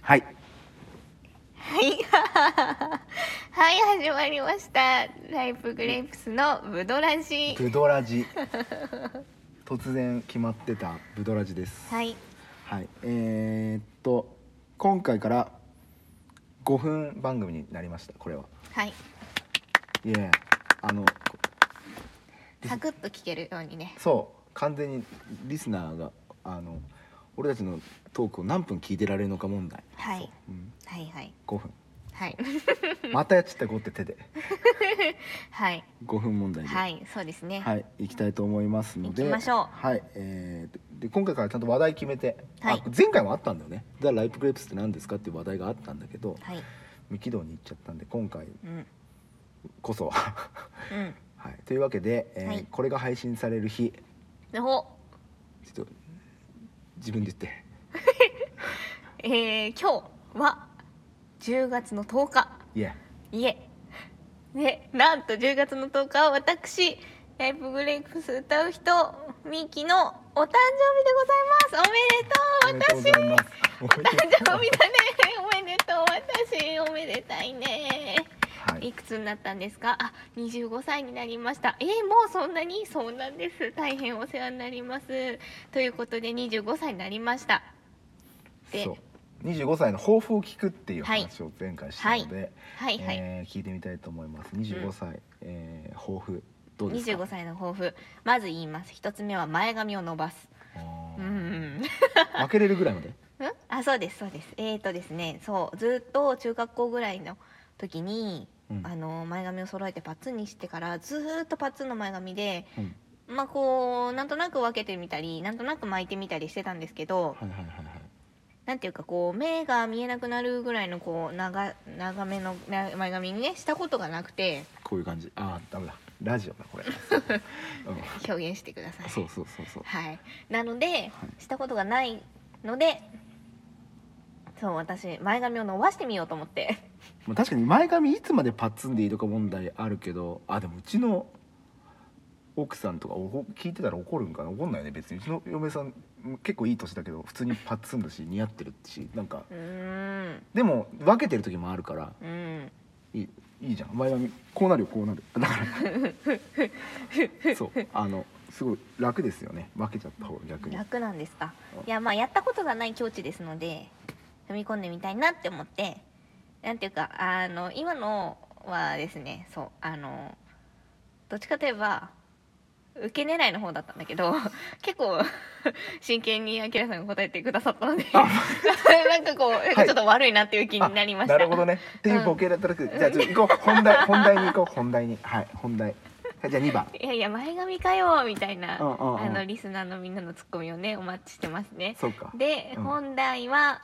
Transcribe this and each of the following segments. はい。はい、はい、始まりました。ライプグレープスのブドラジ。ブドラジ。突然決まってたブドラジです。はい。はい、えーっと今回から5分番組になりました。これは。はい、いえ、あのサクッと聞けるようにね。そう完全にリスナーがあの俺たちのトークを何分聞いてられるのか問題。はい、うん、はい、はい、 5分。はい、 またやっちゃった5って手ではい、 5分問題で。はい、そうですね。はい、行きたいと思いますので。行きましょうはい、えーで、今回からちゃんと話題決めて、はいあ、前回もあったんだよね。ザライプグレープスって何ですかっていう話題があったんだけど、はい、未起動に行っちゃったんで、今回うん、こそ。は うん、い、というわけで、えーはいこれが配信される日、でほ、ちょっと。自分で言って、えー、今日は10月の10日。いや、いえ。で、なんと10月の10日は私、ライブグレイクス歌う人、ミキのお誕生日でございます。おめでとう、ま私。す。おめでとう誕生日だね。おめでとう、私。おめでたいね。はいい、くつになったんですかあ、25歳になりました。えー、もうそんなにそうなんです。大変お世話になります。ということで、25歳になりました。でそう。25歳の抱負を聞くっていう話を前回したので、はいはい。えー聞いてみたいと思います。25歳、えー抱負どうですか。 25歳の抱負まず言います一つ目は前髪を伸ばすあうーんん負けれるぐらいまで。 あそうですそうですえー、とですねそうずっと中学校ぐらいの時に、うんあの前髪を揃えてパッツンにしてからずーっとパッツンの前髪でうん、まあこうなんとなく分けてみたりなんとなく巻いてみたりしてたんですけどはいはいはいはい。なんていうかこう目が見えなくなるぐらいのこう長長めのな前髪にねしたことがなくてこういう感じ。ああ、ダメだ。ラジオだ、こ れ。う表現してくださいん、そうそうそうそう。はい、なのでしたことがないのでそう私前髪を伸ばしてみようと思ってまあ、確かに前髪いつまでパッツンでいいとか問題あるけど、あ、でもうちの。奥さんとかおこ聞いてたら怒るんかな怒んないよね別にうちの嫁さん結構いい年だけど普通にパッツンだし似合ってるしなんかうーんでも分けてる時もあるからうんいいいいじゃん前髪こうなるよこうなるだから そうあのすごい楽ですよね分けちゃった方が逆に楽なんですかいやまあやったことがない境地ですので踏み込んでみたいなって思ってなんていうかあの今のはですねそうあのどっちかといえば受け狙いの方だったんだけど結構真剣にアキラさんが答えてくださったのでなんかこう、なんかちょっと悪いなっていう気になりましたあなるほどねっていうボケだったら、じゃあちょっと行こう本題本題に行こう本題にはい本題はいじゃあ2番いやいや前髪かよみたいな、うんうんうんあのリスナーのみんなのツッコミをねお待ちしてますねそうかで、うん本題は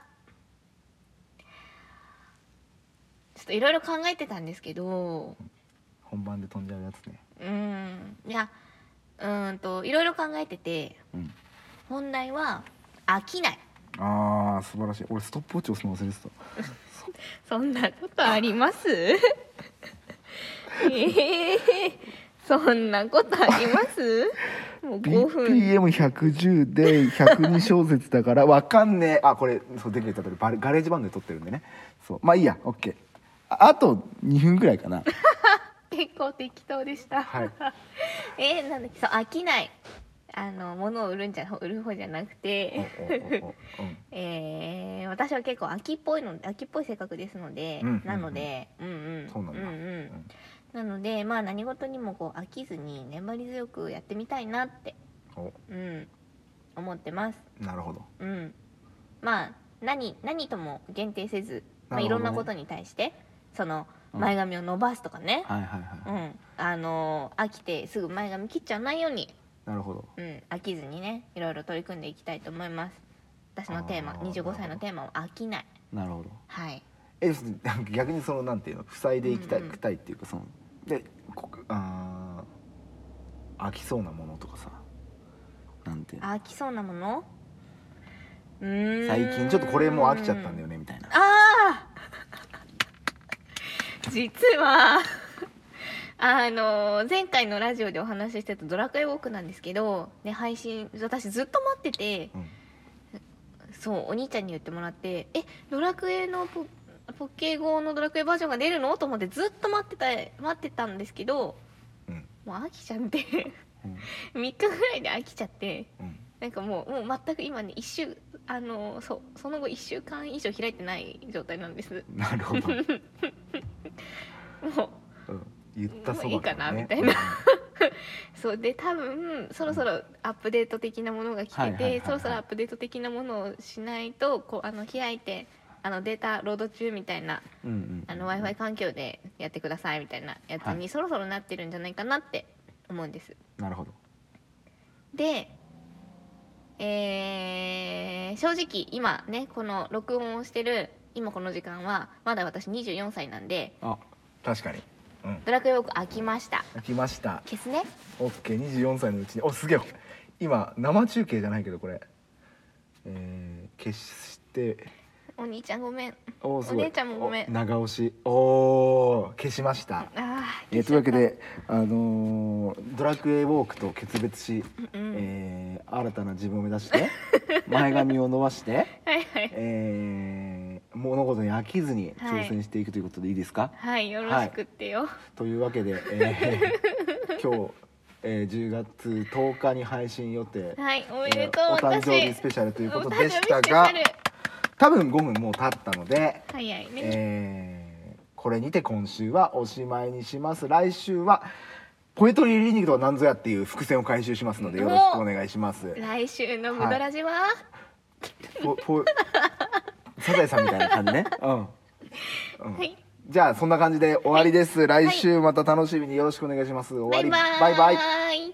ちょっといろいろ考えてたんですけど本番で飛んじゃうやつねうーんいやうーんといろいろ考えててうん本題は飽きないあー素晴らしい俺ストップウォッチ押すの忘れてたそんなことあります えー、そんなことあります もう5分 BPM110 で102小節だからわかんねえあこれそう前回言った通りバレガレージバンドで撮ってるんでねそうまあいいや OK ああと2分ぐらいかな結構適当でした、 はいえーなんだっけそう飽きないあの物を売るんじゃ売る方じゃなくおおて、おお うんえー私は結構飽きっぽいの飽きっぽい性格ですので、うんうんうんなのでうんうんそうなんだうんうんなのでまあ何事にもこう飽きずに粘り強くやってみたいなって、おうん、思ってますなるほどうんまあ何何とも限定せず、まあ、なるほどねいろんなことに対してそのうん前髪を伸ばすとかね、はいはいはうい、ん、あのー飽きてすぐ前髪切っちゃわないように、なるほどうん、飽きずにねいろいろ取り組んでいきたいと思います私のテーマあー25歳のテーマは飽きないなるほどはいえ 逆にそのなんていうの塞いでいきたい,、うんうんくたいっていうかそのでこあー飽きそうなものとかさなんていうの飽きそうなものうーん最近ちょっとこれもう飽きちゃったんだよねみたいなああ 実はあのー前回のラジオでお話ししてた「ドラクエウォーク」なんですけど、ね、配信私ずっと待っててうんそうお兄ちゃんに言ってもらって「えドラクエのポポッケ号のドラクエバージョンが出るの?」と思ってずっと待ってた待ってたんですけどうんもう飽きちゃって うん3日ぐらいで飽きちゃってうんなんかもうもう全く今ね一週あのそうその後1週間以上開いてない状態なんですなる ほど、うん、もう言ったそば、ね、もういいかなみたいなそうで多分そろそろアップデート的なものが来はいはいてはいはいてそろそろアップデート的なものをしないとこうあの開いてあのデータロード中みたいなうん、うんうん、 あの w i f i 環境でやってくださいみたいなやつはにそろそろなってるんじゃないかなって思うんです。なるほどで、えー正直今ねこの録音をしてる今この時間はまだ私24歳なんであ確かにうんドラクエウォーク飽きました飽きました消すね OK24 歳のうちにおすげえ今生中継じゃないけどこれえー、決してお兄ちゃんごめんおーすごいお姉ちゃんもごめんお長押しおー消しましたあーえーというわけで、あのードラクエウォークと決別し、うんうんえー新たな自分を目指して 前髪を伸ばして、はいはいえー物事に飽きずに挑戦していくということでいいですか、はいよろしくってよ、というわけで、え ー今日、えー10月10日に配信予定、はい、おめでとう、えーお誕私生日スペシャルということでしおた誕生日スペシャがル多分5分もう経ったので、早いね、えーこれにて今週はおしまいにします来週はポエトリーリーニングとは何ぞやっていう伏線を回収しますのでよろしくお願いします来週のムドラジは、ポポサザエさんみたいな感じ ねうんはい、じゃあそんな感じで終わりです、来週また楽しみによろしくお願いします終わバイりバーイバイバイバイ